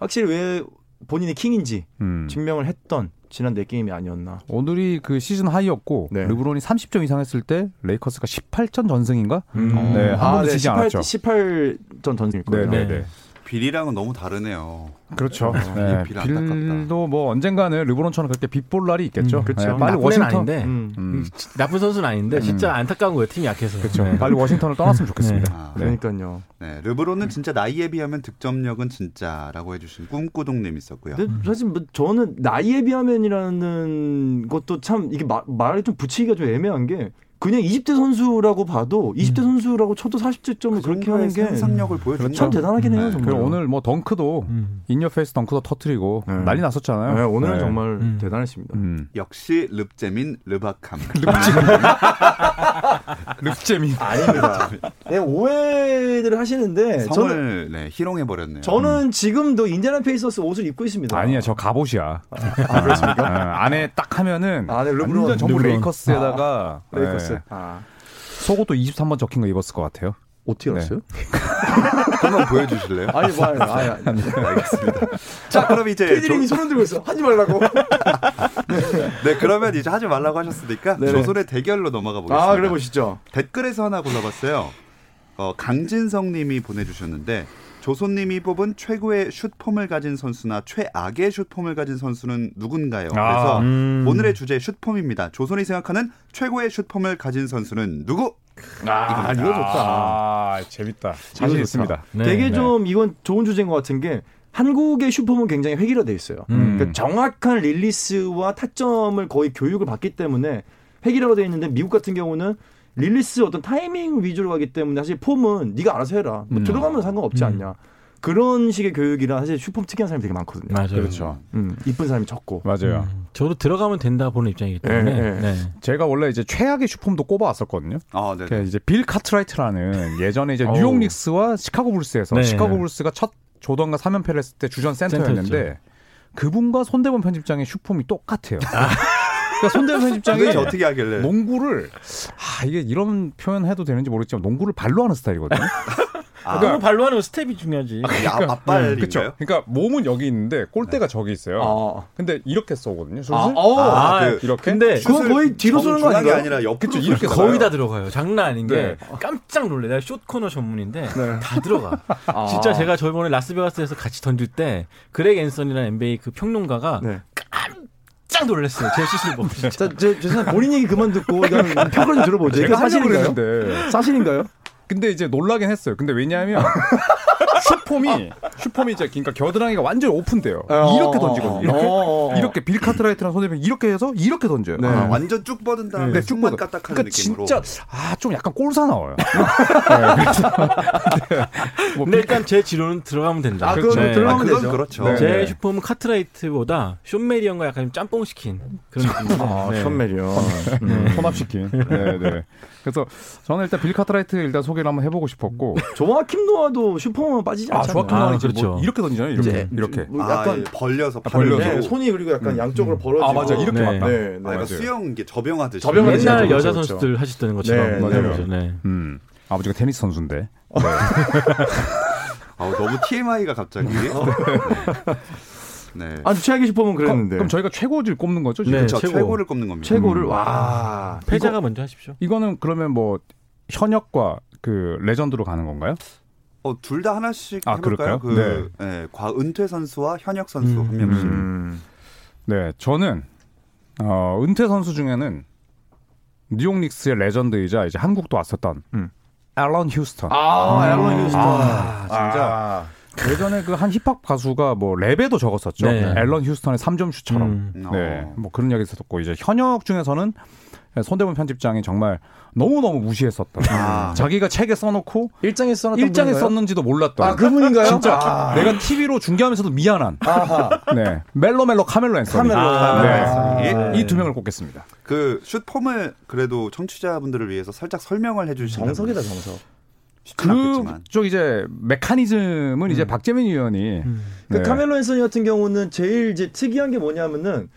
Speaker 7: 확실히 왜 본인이 킹인지
Speaker 8: 음.
Speaker 7: 증명을 했던 지난 네 게임이 아니었나.
Speaker 8: 오늘이 그 시즌 하이였고
Speaker 7: 네.
Speaker 8: 르브론이 30점 이상 했을 때 레이커스가 18전 전승인가?
Speaker 6: 음.
Speaker 7: 어.
Speaker 8: 네, 한 번도 지지
Speaker 7: 18,
Speaker 8: 않았죠.
Speaker 7: 18전 전승일 거예요.
Speaker 6: 네.
Speaker 3: 빌이랑은 너무 다르네요.
Speaker 7: 어,
Speaker 8: 그렇죠.
Speaker 3: 네,
Speaker 8: 네,
Speaker 3: 빌 안타깝다.
Speaker 8: 빌도 뭐 언젠가는 르브론처럼 그렇게 빗볼 날이 있겠죠.
Speaker 7: 음, 그렇죠.
Speaker 8: 네, 빨리
Speaker 6: 아, 나쁜 애는
Speaker 8: 워싱턴
Speaker 6: 아닌데
Speaker 7: 음.
Speaker 8: 음,
Speaker 6: 나쁜 선수는 아닌데 진짜 안타까운 거예요 팀이 약해서. 그렇죠.
Speaker 8: 네, 빨리 워싱턴을 떠났으면 좋겠습니다.
Speaker 3: 아,
Speaker 8: 네. 음.
Speaker 7: 그러니까요.
Speaker 3: 네, 르브론은 진짜 나이에 비하면 득점력은 진짜라고 해주신 꿈꾸동님 있었고요.
Speaker 7: 근데
Speaker 8: 음.
Speaker 7: 사실 뭐 저는 나이에 비하면이라는 것도 참 이게 마- 말에 좀 붙이기가 좀 애매한 게 그냥 20대 선수라고 봐도 20대
Speaker 8: 음.
Speaker 7: 선수라고 쳐도 40점을 그
Speaker 3: 그
Speaker 7: 렇게 그렇죠. 하는 게 참
Speaker 3: 상상력을 보여준 거.
Speaker 7: 대단하긴 해요.
Speaker 3: 네.
Speaker 7: 정말.
Speaker 8: 그리고 오늘 뭐 덩크도
Speaker 7: 음.
Speaker 6: 음,
Speaker 8: 인여페이스 덩크도 터트리고
Speaker 7: 네.
Speaker 8: 난리 났었잖아요.
Speaker 7: 네, 오늘은
Speaker 8: 네.
Speaker 7: 정말
Speaker 6: 음.
Speaker 7: 대단했습니다.
Speaker 8: 음.
Speaker 3: 역시 릅재민 르박함. 아,
Speaker 8: 릅재민.
Speaker 7: 아닙니다. 네, 오해들을 하시는데 저는
Speaker 3: 성을 네, 희롱해 버렸네요.
Speaker 7: 저는 지금도 인디애나 페이서스 옷을 입고 있습니다.
Speaker 8: 아니야, 저 갑옷이야.
Speaker 7: 아, 그렇습니까?
Speaker 8: 아, 안에 딱 하면은
Speaker 7: 아, 네, 르브론.
Speaker 8: 완전 전부
Speaker 6: 르브론.
Speaker 8: 레이커스에다가
Speaker 7: 레이커스.
Speaker 8: 네.
Speaker 7: 아.
Speaker 8: 속옷도 23번 적힌 거 입었을 것 같아요.
Speaker 7: 어떻게 알았어요?
Speaker 3: 한번 보여주실래요?
Speaker 7: 아니, 뭐, 아니, 아니, 아니.
Speaker 3: 알겠습니다. 자, 그럼 이제 조,
Speaker 7: 피디님이 손 흔들고 있어. 하지 말라고.
Speaker 3: 네 그러면 이제 하지 말라고 하셨으니까
Speaker 7: 네네.
Speaker 3: 조선의 대결로 넘어가 보겠습니다.
Speaker 7: 아, 그래 보시죠.
Speaker 3: 댓글에서 하나 골라봤어요. 어, 강진성님이 보내주셨는데 조선님이 뽑은 최고의 슛폼을 가진 선수나 최악의 슛폼을 가진 선수는
Speaker 7: 아,
Speaker 3: 누군가요? 그래서
Speaker 7: 음.
Speaker 3: 오늘의 주제 슛폼입니다. 조선이 생각하는 최고의 슛폼을 가진 선수는 누구?
Speaker 7: 아, 이거 좋다.
Speaker 8: 아, 재밌다.
Speaker 7: 이거
Speaker 8: 자신
Speaker 7: 좋다.
Speaker 8: 있습니다.
Speaker 6: 네.
Speaker 7: 되게
Speaker 8: 네.
Speaker 7: 좀 이건 좋은 주제인 것 같은 게 한국의 슈퍼는 굉장히 획일화돼 있어요.
Speaker 6: 음.
Speaker 7: 그러니까 정확한 릴리스와 타점을 거의 교육을 받기 때문에 획일화가 돼 있는데 미국 같은 경우는 릴리스 어떤 타이밍 위주로 가기 때문에 사실 폼은 네가 알아서 해라. 뭐
Speaker 8: 음.
Speaker 7: 들어가면 상관없지 않냐. 그런 식의 교육이라 사실 슈퍼 특이한 사람이 되게 많거든요.
Speaker 6: 맞아요. 음.
Speaker 8: 그렇죠.
Speaker 7: 음, 이쁜 사람이 적고.
Speaker 8: 맞아요.
Speaker 6: 저도 들어가면 된다 보는 입장이기 때문에.
Speaker 7: 예, 예.
Speaker 6: 네.
Speaker 8: 제가 원래 이제 최악의 슈폼도 꼽아왔었거든요.
Speaker 3: 아, 네.
Speaker 8: 그 이제 빌 카트라이트라는 예전에 이제 뉴욕 닉스와 시카고 불스에서
Speaker 6: 네.
Speaker 8: 시카고 불스가 첫 조던과 3연패를 했을 때 주전 센터였는데
Speaker 6: 센터였죠.
Speaker 8: 그분과 손대범 편집장의 슈폼이 똑같아요. 그러니까 손대범 편집장이
Speaker 3: 도대체 어떻게 네. 하길래?
Speaker 8: 농구를 아 이게 이런 표현 해도 되는지 모르겠지만 농구를 발로 하는 스타일이거든요.
Speaker 3: 아,
Speaker 6: 너무 발로 하는 스텝이 중요하지.
Speaker 3: 야, 아, 맞발인가요?
Speaker 8: 그렇죠. 그러니까 몸은 여기 있는데 골대가 저기 있어요.
Speaker 7: 아,
Speaker 8: 근데 이렇게 쏘거든요. 슛을.
Speaker 7: 아, 어.
Speaker 3: 아,
Speaker 6: 아,
Speaker 3: 그
Speaker 8: 이렇게.
Speaker 6: 근데
Speaker 7: 그건 거의 뒤로 쏘는 거
Speaker 3: 정중앙이
Speaker 7: 아닌가요?
Speaker 3: 아니라 옆으로
Speaker 8: 그쵸, 이렇게
Speaker 3: 쏘시잖아요.
Speaker 6: 거의 다 들어가요. 장난 아닌
Speaker 8: 그러니까 네.
Speaker 6: 게 깜짝 놀래. 내가 숏 코너 전문인데 다 들어가.
Speaker 7: 아.
Speaker 6: 진짜 제가 저번에 라스베가스에서 같이 던질 때 그렉 앤서니라는 NBA 그 평론가가
Speaker 7: 네.
Speaker 6: 깜짝 놀랐어요. 제 슛을 보고 진짜.
Speaker 7: 자, 제, 죄송한 본인 얘기 그만 듣고 그냥 평가를 좀 들어보죠. 이게
Speaker 8: 제가 하려고
Speaker 7: 사실인가요?
Speaker 8: 그랬는데
Speaker 7: 사실인가요?
Speaker 8: 근데 이제 놀라긴 했어요. 근데 왜냐하면 어. 슈폼이 슈폼이 이제 그러니까 겨드랑이가 완전 히 오픈돼요. 이렇게 던지거든요. 이렇게,
Speaker 7: 어, 어, 어.
Speaker 8: 이렇게 빌카트라이트랑 손흥민 이렇게 해서 이렇게 던져요.
Speaker 7: 네.
Speaker 8: 아,
Speaker 3: 아, 완전 쭉 뻗은 다음에
Speaker 8: 네,
Speaker 3: 쭉만
Speaker 8: 쭉 뻗어.
Speaker 3: 까딱하는
Speaker 8: 그러니까
Speaker 3: 느낌으로.
Speaker 8: 진짜 아 좀 약간 꼴사 나와요. 네, 그래서 네, 뭐
Speaker 6: 근데 일단 제 지론은 들어가면 된다.
Speaker 7: 아, 그럼
Speaker 6: 네.
Speaker 3: 아,
Speaker 7: 들어가면
Speaker 3: 그건
Speaker 7: 되죠.
Speaker 3: 그렇죠.
Speaker 8: 네.
Speaker 6: 제 슈퍼는 카트라이트보다 쇼메리언과 약간 좀 짬뽕 시킨 그런 느낌인데.
Speaker 7: 아,
Speaker 6: 네.
Speaker 7: 션메리요.
Speaker 8: 음, 혼합시킨. 네, 네. 그래서 저는 일단 빌카트라이트 일단 소개를 한번 해보고 싶었고.
Speaker 7: 조아킴 노아도 슈퍼맨 빠지지
Speaker 8: 아,
Speaker 7: 않잖아요.
Speaker 8: 조아킴 아, 이제
Speaker 6: 그렇죠.
Speaker 8: 뭐 이렇게 던지잖아요. 이렇게
Speaker 7: 이제
Speaker 8: 이렇게.
Speaker 7: 뭐
Speaker 3: 아,
Speaker 7: 약간
Speaker 3: 예, 벌려서
Speaker 8: 벌려서.
Speaker 3: 팔을
Speaker 7: 네,
Speaker 3: 이렇게.
Speaker 7: 손이 그리고 약간 양쪽으로 벌어지고
Speaker 8: 아 맞아 이렇게
Speaker 6: 네.
Speaker 8: 맞다.
Speaker 7: 네,
Speaker 3: 아,
Speaker 7: 네.
Speaker 3: 약간
Speaker 8: 맞아요.
Speaker 3: 수영 이게 접영하듯이.
Speaker 7: 접영을
Speaker 3: 네.
Speaker 7: 했죠.
Speaker 6: 옛날
Speaker 7: 그렇죠,
Speaker 6: 여자
Speaker 7: 그렇죠.
Speaker 6: 선수들 하셨던 것처럼.
Speaker 7: 네,
Speaker 8: 맞아요.
Speaker 6: 네.
Speaker 8: 음 아버지가 테니스 선수인데.
Speaker 3: 아우, 너무 TMI가 갑자기. 어. 네. 네.
Speaker 7: 아, 최악의 슈퍼맨
Speaker 8: 그럼,
Speaker 7: 그랬는데.
Speaker 8: 그럼 저희가 최고를 꼽는 거죠? 지금?
Speaker 6: 네,
Speaker 3: 저
Speaker 6: 최고.
Speaker 3: 최고를 꼽는 겁니다.
Speaker 7: 최고를 와.
Speaker 6: 패자가 먼저 하십시오.
Speaker 8: 이거는 그러면 뭐 현역과 그 레전드로 가는 건가요?
Speaker 3: 어, 둘 다 하나씩
Speaker 8: 아,
Speaker 3: 해볼까요?
Speaker 8: 그럴까요?
Speaker 3: 그, 네. 과 은퇴 선수와 현역 선수
Speaker 6: 음.
Speaker 3: 한 명씩.
Speaker 7: 음.
Speaker 8: 네, 저는 어, 은퇴 선수 중에는 뉴욕 닉스의 레전드이자 이제 한국도 왔었던
Speaker 7: 음.
Speaker 8: 앨런 휴스턴.
Speaker 7: 아, 앨런 휴스턴.
Speaker 3: 아, 진짜.
Speaker 7: 아.
Speaker 8: 예전에 그 한 힙합 가수가 뭐 랩에도 적었었죠.
Speaker 6: 네.
Speaker 8: 앨런 휴스턴의 3점 슛처럼.
Speaker 6: 음.
Speaker 8: 네,
Speaker 3: 어.
Speaker 8: 뭐 그런 이야기 있었고 이제 현역 중에서는 손대문 편집장이 정말 너무 너무 무시했었던.
Speaker 3: 아.
Speaker 8: 자기가 책에 써놓고
Speaker 7: 일장에 써놨던
Speaker 8: 일장에
Speaker 7: 분인가요?
Speaker 8: 썼는지도 몰랐던.
Speaker 7: 아, 그분인가요?
Speaker 8: 진짜
Speaker 7: 아.
Speaker 8: 내가 TV로 중계하면서도 미안한.
Speaker 7: 아하.
Speaker 8: 네, 멜로 멜로 카멜로 앤서니.
Speaker 7: 카멜로
Speaker 6: 아,
Speaker 7: 앤서니.
Speaker 8: 네.
Speaker 7: 네.
Speaker 8: 이 두 명을 꼽겠습니다.
Speaker 3: 그 슛폼을 그래도 청취자분들을 위해서 살짝 설명을 해주시면
Speaker 7: 정석이다, 정석.
Speaker 3: 쉽진 않겠지만.
Speaker 8: 그쪽 이제 메커니즘은 이제 박재민 의원이
Speaker 7: 그
Speaker 8: 네.
Speaker 7: 카멜로 앤서니 같은 경우는 제일 이제 특이한 게 뭐냐면은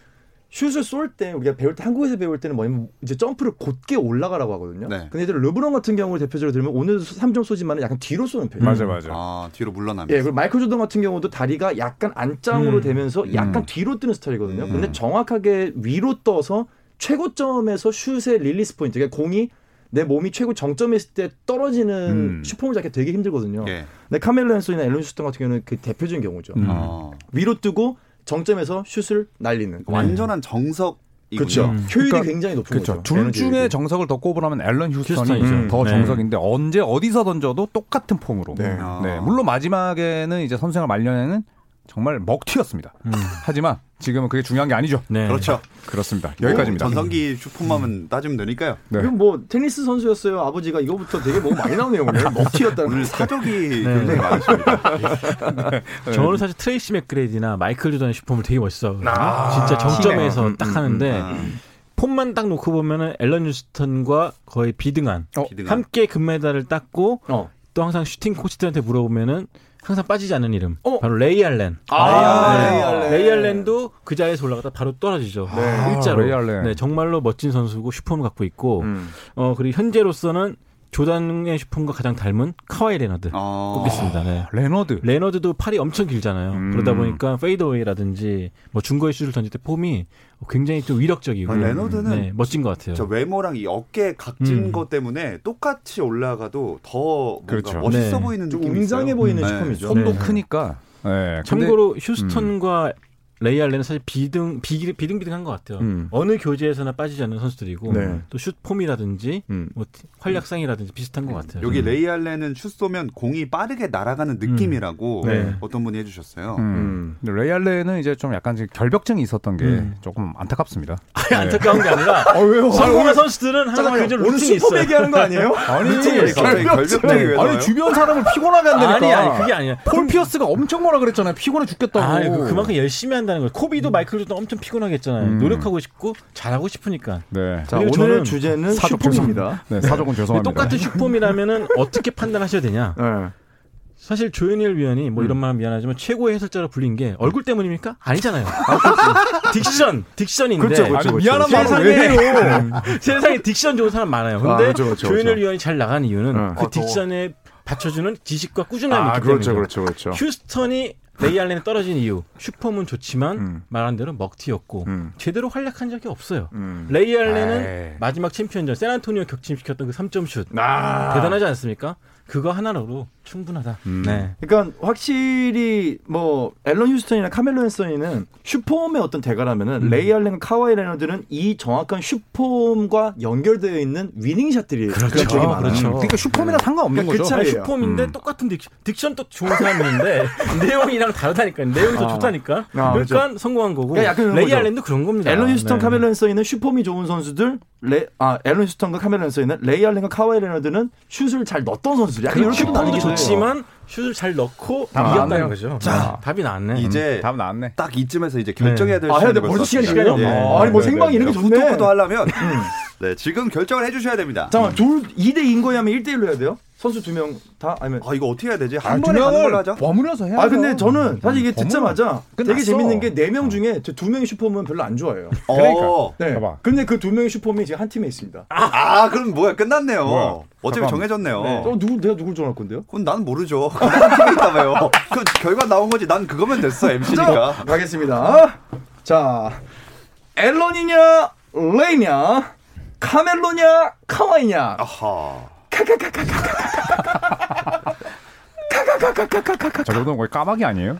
Speaker 7: 슛을 쏠 때 우리가 배울 때 한국에서 배울 때는 뭐냐면 이제 점프를 곧게 올라가라고 하거든요.
Speaker 3: 네.
Speaker 7: 근데 예를 들어 르브론 같은 경우를 대표적으로 들면 오늘도 3점 쏘지만 약간 뒤로 쏘는 편이에요.
Speaker 8: 맞아 맞아.
Speaker 3: 아, 뒤로 물러나면서.
Speaker 7: 예, 그리고 마이클 조던 같은 경우도 다리가 약간 안짱으로
Speaker 6: 음.
Speaker 7: 되면서 약간
Speaker 8: 음.
Speaker 7: 뒤로 뜨는 스타일이거든요.
Speaker 3: 음.
Speaker 7: 근데 정확하게 위로 떠서 최고점에서 슛의 릴리스 포인트, 그러니까 공이 내 몸이 최고 정점에 있을 때 떨어지는
Speaker 8: 음.
Speaker 7: 슈퍼볼 잡기 되게 힘들거든요.
Speaker 3: 예.
Speaker 7: 근데 카멜로 앤소이나 앨런 슈턴 같은 경우는 그 대표적인 경우죠.
Speaker 8: 음.
Speaker 3: 어.
Speaker 7: 위로 뜨고 정점에서 슛을 날리는.
Speaker 8: 음.
Speaker 3: 완전한 정석이군요.
Speaker 7: 그렇죠.
Speaker 6: 음.
Speaker 7: 효율이
Speaker 8: 그러니까-
Speaker 7: 굉장히 높은
Speaker 8: 그렇죠.
Speaker 7: 거죠.
Speaker 8: 둘
Speaker 7: 에너지
Speaker 8: 중에
Speaker 7: 효율이.
Speaker 8: 정석을 더 꼽으라면 앨런 휴스턴이 음,
Speaker 6: 휴스턴이죠.
Speaker 8: 더
Speaker 6: 네.
Speaker 8: 정석인데 언제 어디서 던져도 똑같은 폼으로.
Speaker 7: 네.
Speaker 3: 아.
Speaker 8: 네, 물론 마지막에는 이제 선수생활 말년에는 정말 먹튀였습니다.
Speaker 6: 음.
Speaker 8: 하지만 지금은 그게 중요한 게 아니죠.
Speaker 7: 예.
Speaker 6: 네.
Speaker 3: 그렇죠.
Speaker 8: 그렇습니다. 네. 여기까지입니다.
Speaker 3: 뭐 전성기 슈퍼맘은 따지면 되니까요.
Speaker 8: 네.
Speaker 7: 이건 뭐 테니스 선수였어요. 아버지가 이거부터 되게 뭐 많이 나오네요. 오늘 먹튀였다는.
Speaker 3: 오늘 사적이
Speaker 6: 네.
Speaker 3: 굉장히 많으십니다.
Speaker 6: 저는 사실 트레이시 맥그레디나 마이클 조던의 슈퍼물 되게 멋있어. 진짜 정점에서 딱
Speaker 8: 네.
Speaker 6: 하는데
Speaker 3: 음,
Speaker 6: 폼만 딱 놓고 보면은 앨런 뉴스턴과 거의 비등한
Speaker 8: 어,
Speaker 3: 비등한.
Speaker 6: 함께 금메달을 땄고
Speaker 7: 어.
Speaker 6: 또 항상 슈팅 코치들한테 물어보면은 항상 빠지지 않는 이름
Speaker 7: 어?
Speaker 6: 바로 레이 알렌.
Speaker 7: 아,
Speaker 6: 네.
Speaker 7: 레이 알렌. 네.
Speaker 6: 레이 알렌도 그 자리에서 올라가다 바로 떨어지죠.
Speaker 8: 아,
Speaker 6: 일자로.
Speaker 8: 레이 알렌.
Speaker 6: 네, 정말로 멋진 선수고 슈퍼물 갖고 있고
Speaker 7: 음.
Speaker 6: 어 그리고 현재로서는 조단의 슈퍼물과 가장 닮은 카와이 레너드
Speaker 7: 아.
Speaker 3: 어.
Speaker 6: 꼽겠습니다. 네.
Speaker 8: 레너드.
Speaker 6: 레너드도 팔이 엄청 길잖아요.
Speaker 8: 음.
Speaker 6: 그러다 보니까 페이드웨이라든지 뭐 중거리 슛을 던질 때 폼이 굉장히 좀 위력적이고
Speaker 3: 아, 레너드는
Speaker 6: 네, 멋진 것 같아요.
Speaker 3: 저 외모랑 이 어깨 각진
Speaker 6: 음.
Speaker 3: 것 때문에 똑같이 올라가도 더 뭔가
Speaker 8: 그렇죠.
Speaker 3: 멋있어
Speaker 6: 네.
Speaker 3: 보이는
Speaker 7: 좀
Speaker 3: 느낌이
Speaker 7: 웅장해
Speaker 3: 있어요.
Speaker 7: 보이는 음.
Speaker 3: 네.
Speaker 7: 슈퍼이죠.
Speaker 8: 손도
Speaker 6: 네.
Speaker 8: 크니까. 네. 근데-
Speaker 6: 참고로 휴스턴과 레이 알렌은 사실 비등 비, 비등비등한 것 같아요.
Speaker 7: 음.
Speaker 6: 어느 교제에서나 빠지지 않는 선수들이고
Speaker 7: 네.
Speaker 6: 또 슛 폼이라든지
Speaker 7: 음.
Speaker 6: 뭐 티- 활약상이라든지 비슷한 것 같아요. 음.
Speaker 8: 음.
Speaker 3: 여기
Speaker 6: 저는.
Speaker 3: 레이 알렌은 슛 쏘면 공이 빠르게 날아가는 느낌이라고
Speaker 6: 네.
Speaker 3: 어떤 분이 해주셨어요.
Speaker 8: 음. 근데 레이 알렌은 이제 좀 약간 지금 결벽증이 있었던 게 조금 안타깝습니다.
Speaker 6: 아니, 안타까운 게 아니라
Speaker 7: 왜요?
Speaker 6: 성공한 선수들은 항상
Speaker 7: 어, 잠깐만요.
Speaker 6: 그저
Speaker 7: 오늘
Speaker 6: 루틴이
Speaker 7: 슈퍼
Speaker 6: 있어요.
Speaker 7: 얘기하는 거 아니에요?
Speaker 8: 아니,
Speaker 3: 갑자기 결벽증이 왜 나와요?
Speaker 8: 아니 주변 사람을 피곤하게 한다니까.
Speaker 6: 아니 아니 그게 아니야.
Speaker 8: 폴 피어스가 엄청 뭐라 그랬잖아요. 피곤해 죽겠다고.
Speaker 6: 아, 그, 그만큼 열심히 한다는 거예요. 코비도 마이클 조던 엄청 피곤하게 했잖아요.
Speaker 8: 음.
Speaker 6: 노력하고 싶고 잘하고 싶으니까.
Speaker 8: 네.
Speaker 7: 자,
Speaker 6: 그리고
Speaker 7: 오늘의
Speaker 6: 저는
Speaker 7: 주제는
Speaker 8: 사족
Speaker 7: 슈퍼입니다.
Speaker 8: 네, 사족은
Speaker 6: 근데
Speaker 8: 죄송합니다.
Speaker 6: 똑같은 슈폼이라면은 어떻게 판단하셔야 되냐?
Speaker 7: 네.
Speaker 6: 사실 조현일 위원이 뭐
Speaker 7: 음.
Speaker 6: 이런 말 미안하지만 최고의 해설자로 불린 게 얼굴 때문입니까? 아니잖아요. 딕션, 딕션인데
Speaker 7: 그렇죠, 그렇죠.
Speaker 8: 아니, 미안한 말을 왜
Speaker 6: 세상에,
Speaker 8: 해요?
Speaker 6: 세상에 딕션 좋은 사람 많아요. 근데
Speaker 7: 아, 그렇죠, 그렇죠,
Speaker 6: 조현일
Speaker 7: 그렇죠.
Speaker 6: 위원이 잘 나간 이유는
Speaker 7: 응.
Speaker 6: 그
Speaker 7: 아, 또-
Speaker 6: 딕션에 받쳐주는 지식과 꾸준함이
Speaker 7: 아,
Speaker 6: 있기
Speaker 7: 그렇죠,
Speaker 6: 때문이죠.
Speaker 7: 그렇죠, 그렇죠.
Speaker 6: 휴스턴이 레이 알렌에 떨어진 이유 슈퍼문 좋지만
Speaker 7: 음.
Speaker 6: 말한 대로 먹튀였고
Speaker 7: 음.
Speaker 6: 제대로 활약한 적이 없어요.
Speaker 7: 음. 예.
Speaker 6: 레이 알렌은
Speaker 8: 에이.
Speaker 6: 마지막 챔피언전 샌안토니오 격침시켰던 그 3점 슛
Speaker 7: 아,
Speaker 6: 대단하지 않습니까? 그거 하나로 충분하다.
Speaker 8: 음.
Speaker 6: 네.
Speaker 7: 그러니까 확실히 뭐 앨런 휴스턴이나 카멜로 앤서니는 슈퍼홈의 어떤 대가라면은
Speaker 6: 음.
Speaker 7: 레이 알렌과 카와이 레너드는 이 정확한 슈퍼홈과 연결되어 있는 위닝 샷들이 네. 그런 적이 많아요.
Speaker 6: 그렇죠.
Speaker 8: 그러니까 슈퍼맨이랑 상관없는
Speaker 7: 그러니까 그
Speaker 8: 거죠.
Speaker 7: 차이예요.
Speaker 6: 슈퍼인데
Speaker 8: 음.
Speaker 6: 똑같은 딕션, 딕션도 좋은 사람인데 내용이랑 다르다니까 내용이 더
Speaker 7: 아.
Speaker 6: 좋다니까
Speaker 7: 아,
Speaker 6: 그러니까
Speaker 7: 그렇죠.
Speaker 6: 성공한 거고
Speaker 7: 그러니까 약간 그런
Speaker 6: 레이
Speaker 7: 거죠.
Speaker 6: 알렌도 그런 겁니다.
Speaker 7: 앨런 휴스턴,
Speaker 6: 네.
Speaker 7: 카멜로 앤서니는 슈퍼홈이 좋은 선수들, 레, 아 앨런 휴스턴과 카멜로 앤서니는 레이 알렌과 카와이 레너드는 슛을 잘 넣었던 선수들. 약간 이렇게
Speaker 6: 슈퍼도
Speaker 7: 나뉘기도 해요.
Speaker 6: 좋지만 슛을 잘 넣고
Speaker 7: 아,
Speaker 8: 답
Speaker 6: 이겼다는
Speaker 8: 나왔네요.
Speaker 6: 거죠. 아,
Speaker 8: 자.
Speaker 6: 답이 나왔네. 음.
Speaker 3: 이제
Speaker 8: 답 나왔네.
Speaker 3: 딱 이쯤에서 이제 결정해야
Speaker 8: 네.
Speaker 3: 될
Speaker 7: 아, 해야 돼.
Speaker 3: 시간인 것
Speaker 7: 벌써
Speaker 3: 같습니다.
Speaker 7: 시간이 없네. 아니, 뭐 생방이 이런 게 좋네.
Speaker 3: 후토크도 하려면 네, 지금 결정을 해주셔야 됩니다.
Speaker 7: 잠깐만, 둘 2대 2인 거냐면 1대 1로 해야 돼요? 선수 두 명 다? 아니면
Speaker 3: 아 이거 어떻게 해야 되지? 한 번에 가는 걸로 하자.
Speaker 8: 버무려서 해야
Speaker 7: 아 근데 저는 사실 이게
Speaker 8: 음,
Speaker 7: 듣자마자
Speaker 8: 끝났어.
Speaker 7: 되게 재밌는 게 네 명 중에 저 두 명이 슈퍼맨 별로 안 좋아해요.
Speaker 8: 그러니까.
Speaker 3: 어.
Speaker 7: 네.
Speaker 8: 봐봐.
Speaker 7: 근데 그 두 명의 슈퍼맨이 지금 한 팀에 있습니다.
Speaker 3: 아 그럼 뭐야 끝났네요.
Speaker 8: 뭐야.
Speaker 3: 어차피
Speaker 8: 잠깐만.
Speaker 3: 정해졌네요.
Speaker 7: 네. 어, 누구 내가 누굴 좋아할 건데요?
Speaker 3: 그건 난 모르죠. 그렇다며요. 그 결과 나온 거지. 난 그거면 됐어 MC니까.
Speaker 7: 가겠습니다. 자, 앨런이냐 레이냐 카멜로냐 카와이냐
Speaker 3: 아하.
Speaker 8: 저 정도는 거의 까마귀 아니에요?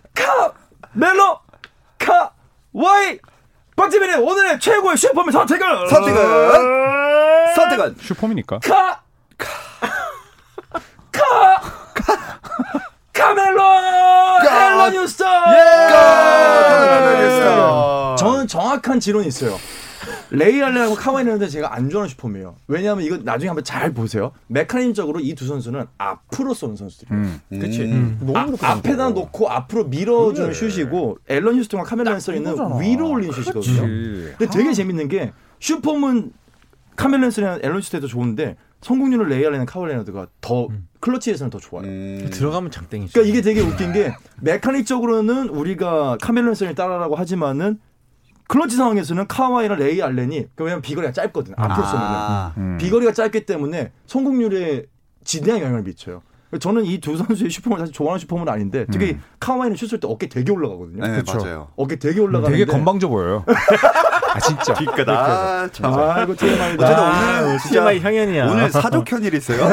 Speaker 7: 멜로 카와이 박재민의 오늘의 최고의 슈퍼맨 선택을
Speaker 3: 선택은 네. 선택은
Speaker 8: 슈퍼맨이니까.
Speaker 7: 카! 카! 카멜로! 앨런 뉴스터!
Speaker 3: 네. 예.
Speaker 7: 저는 정확한 지론이 있어요. 레이 알렌하고 카와이 레는데 제가 안 좋아하는 슈퍼맨이에요. 왜냐하면 이거 나중에 한번 잘 보세요. 메카니즘적으로 이 두 선수는 앞으로 쏘는 선수들이에요.
Speaker 8: 음.
Speaker 7: 그치? 너무 아, 앞에다 놓고 앞으로 밀어주는 슛이고 앨런 휴스턴과 카멜로 앤서리는 위로 올린 슛이거든요.
Speaker 8: 그치.
Speaker 7: 근데 되게 재밌는 게 슈퍼문 카멜렌스랑 앨런시테도 좋은데 성공률을 레이알렌 카월레너드가 더
Speaker 8: 음.
Speaker 7: 클러치에서는 더 좋아요.
Speaker 3: 음.
Speaker 6: 들어가면 장땡이죠.
Speaker 7: 그러니까 이게 되게 웃긴 게 메카닉적으로는 우리가 카멜렌스를 따라라고 하지만은 클러치 상황에서는 카와이랑 레이 알렌이 그 왜냐면 비거리가 짧거든 앞으로 쏘면
Speaker 3: 아.
Speaker 8: 음.
Speaker 7: 비거리가 짧기 때문에 성공률에 지대한 영향을 미쳐요. 그래서 저는 이 두 선수의 슈퍼문 사실 좋아하는 슈퍼문 아닌데
Speaker 8: 음.
Speaker 7: 특히 카와이는 슛을 때 어깨 되게 올라가거든요.
Speaker 3: 네 맞아요.
Speaker 7: 어깨 되게 올라가는데
Speaker 8: 음, 되게 건방져 보여요. 아 진짜.
Speaker 3: 아, 참.
Speaker 7: 아이고 TMI다.
Speaker 3: 어쨌든
Speaker 6: 아,
Speaker 3: 오늘 진짜
Speaker 6: TMI 향연이야.
Speaker 3: 오늘 사족현 일 있어요.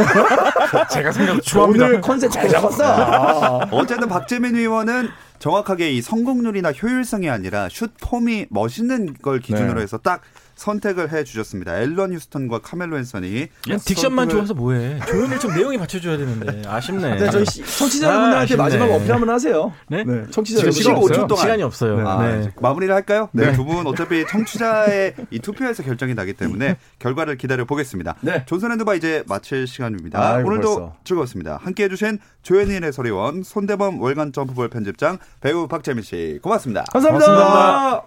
Speaker 8: 제가 생각
Speaker 7: 오늘 컨셉 잘 잡았어.
Speaker 3: 어쨌든 박재민 의원은 정확하게 이 성공률이나 효율성이 아니라 슛 폼이 멋있는 걸 기준으로
Speaker 8: 네.
Speaker 3: 해서 딱 선택을 해 주셨습니다. 앨런 휴스턴과 카멜로 앤서니.
Speaker 6: 그냥 예, 딕션만
Speaker 3: 선택을-
Speaker 6: 좋아서 뭐해? 조용히 좀 내용이 받쳐줘야 되는데 아쉽네.
Speaker 7: 네, 저희 시- 청취자분들한테
Speaker 6: 아,
Speaker 7: 마지막
Speaker 6: 아쉽네.
Speaker 7: 어필 한번 하세요.
Speaker 6: 네?
Speaker 7: 청취자
Speaker 3: 지금
Speaker 7: 여러분.
Speaker 3: 시간 15초 동안
Speaker 6: 시간이 없어요.
Speaker 3: 아,
Speaker 6: 네.
Speaker 3: 이제 마무리를 할까요? 네. 두 분 어차피 청취자의 이 투표에서 결정이 나기 때문에 결과를 기다려 보겠습니다.
Speaker 7: 네.
Speaker 3: 조선앤드바 이제 마칠 시간입니다.
Speaker 7: 아이고,
Speaker 3: 오늘도
Speaker 7: 벌써.
Speaker 3: 즐거웠습니다. 함께 해주신 조현일 해설위원, 손대범 월간 점프볼 편집장, 배우 박재민 씨 고맙습니다.
Speaker 7: 감사합니다.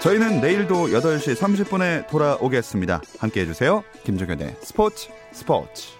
Speaker 3: 저희는 내일도 8시 30분에 돌아오겠습니다. 함께 해주세요. 김종현의 스포츠 스포츠.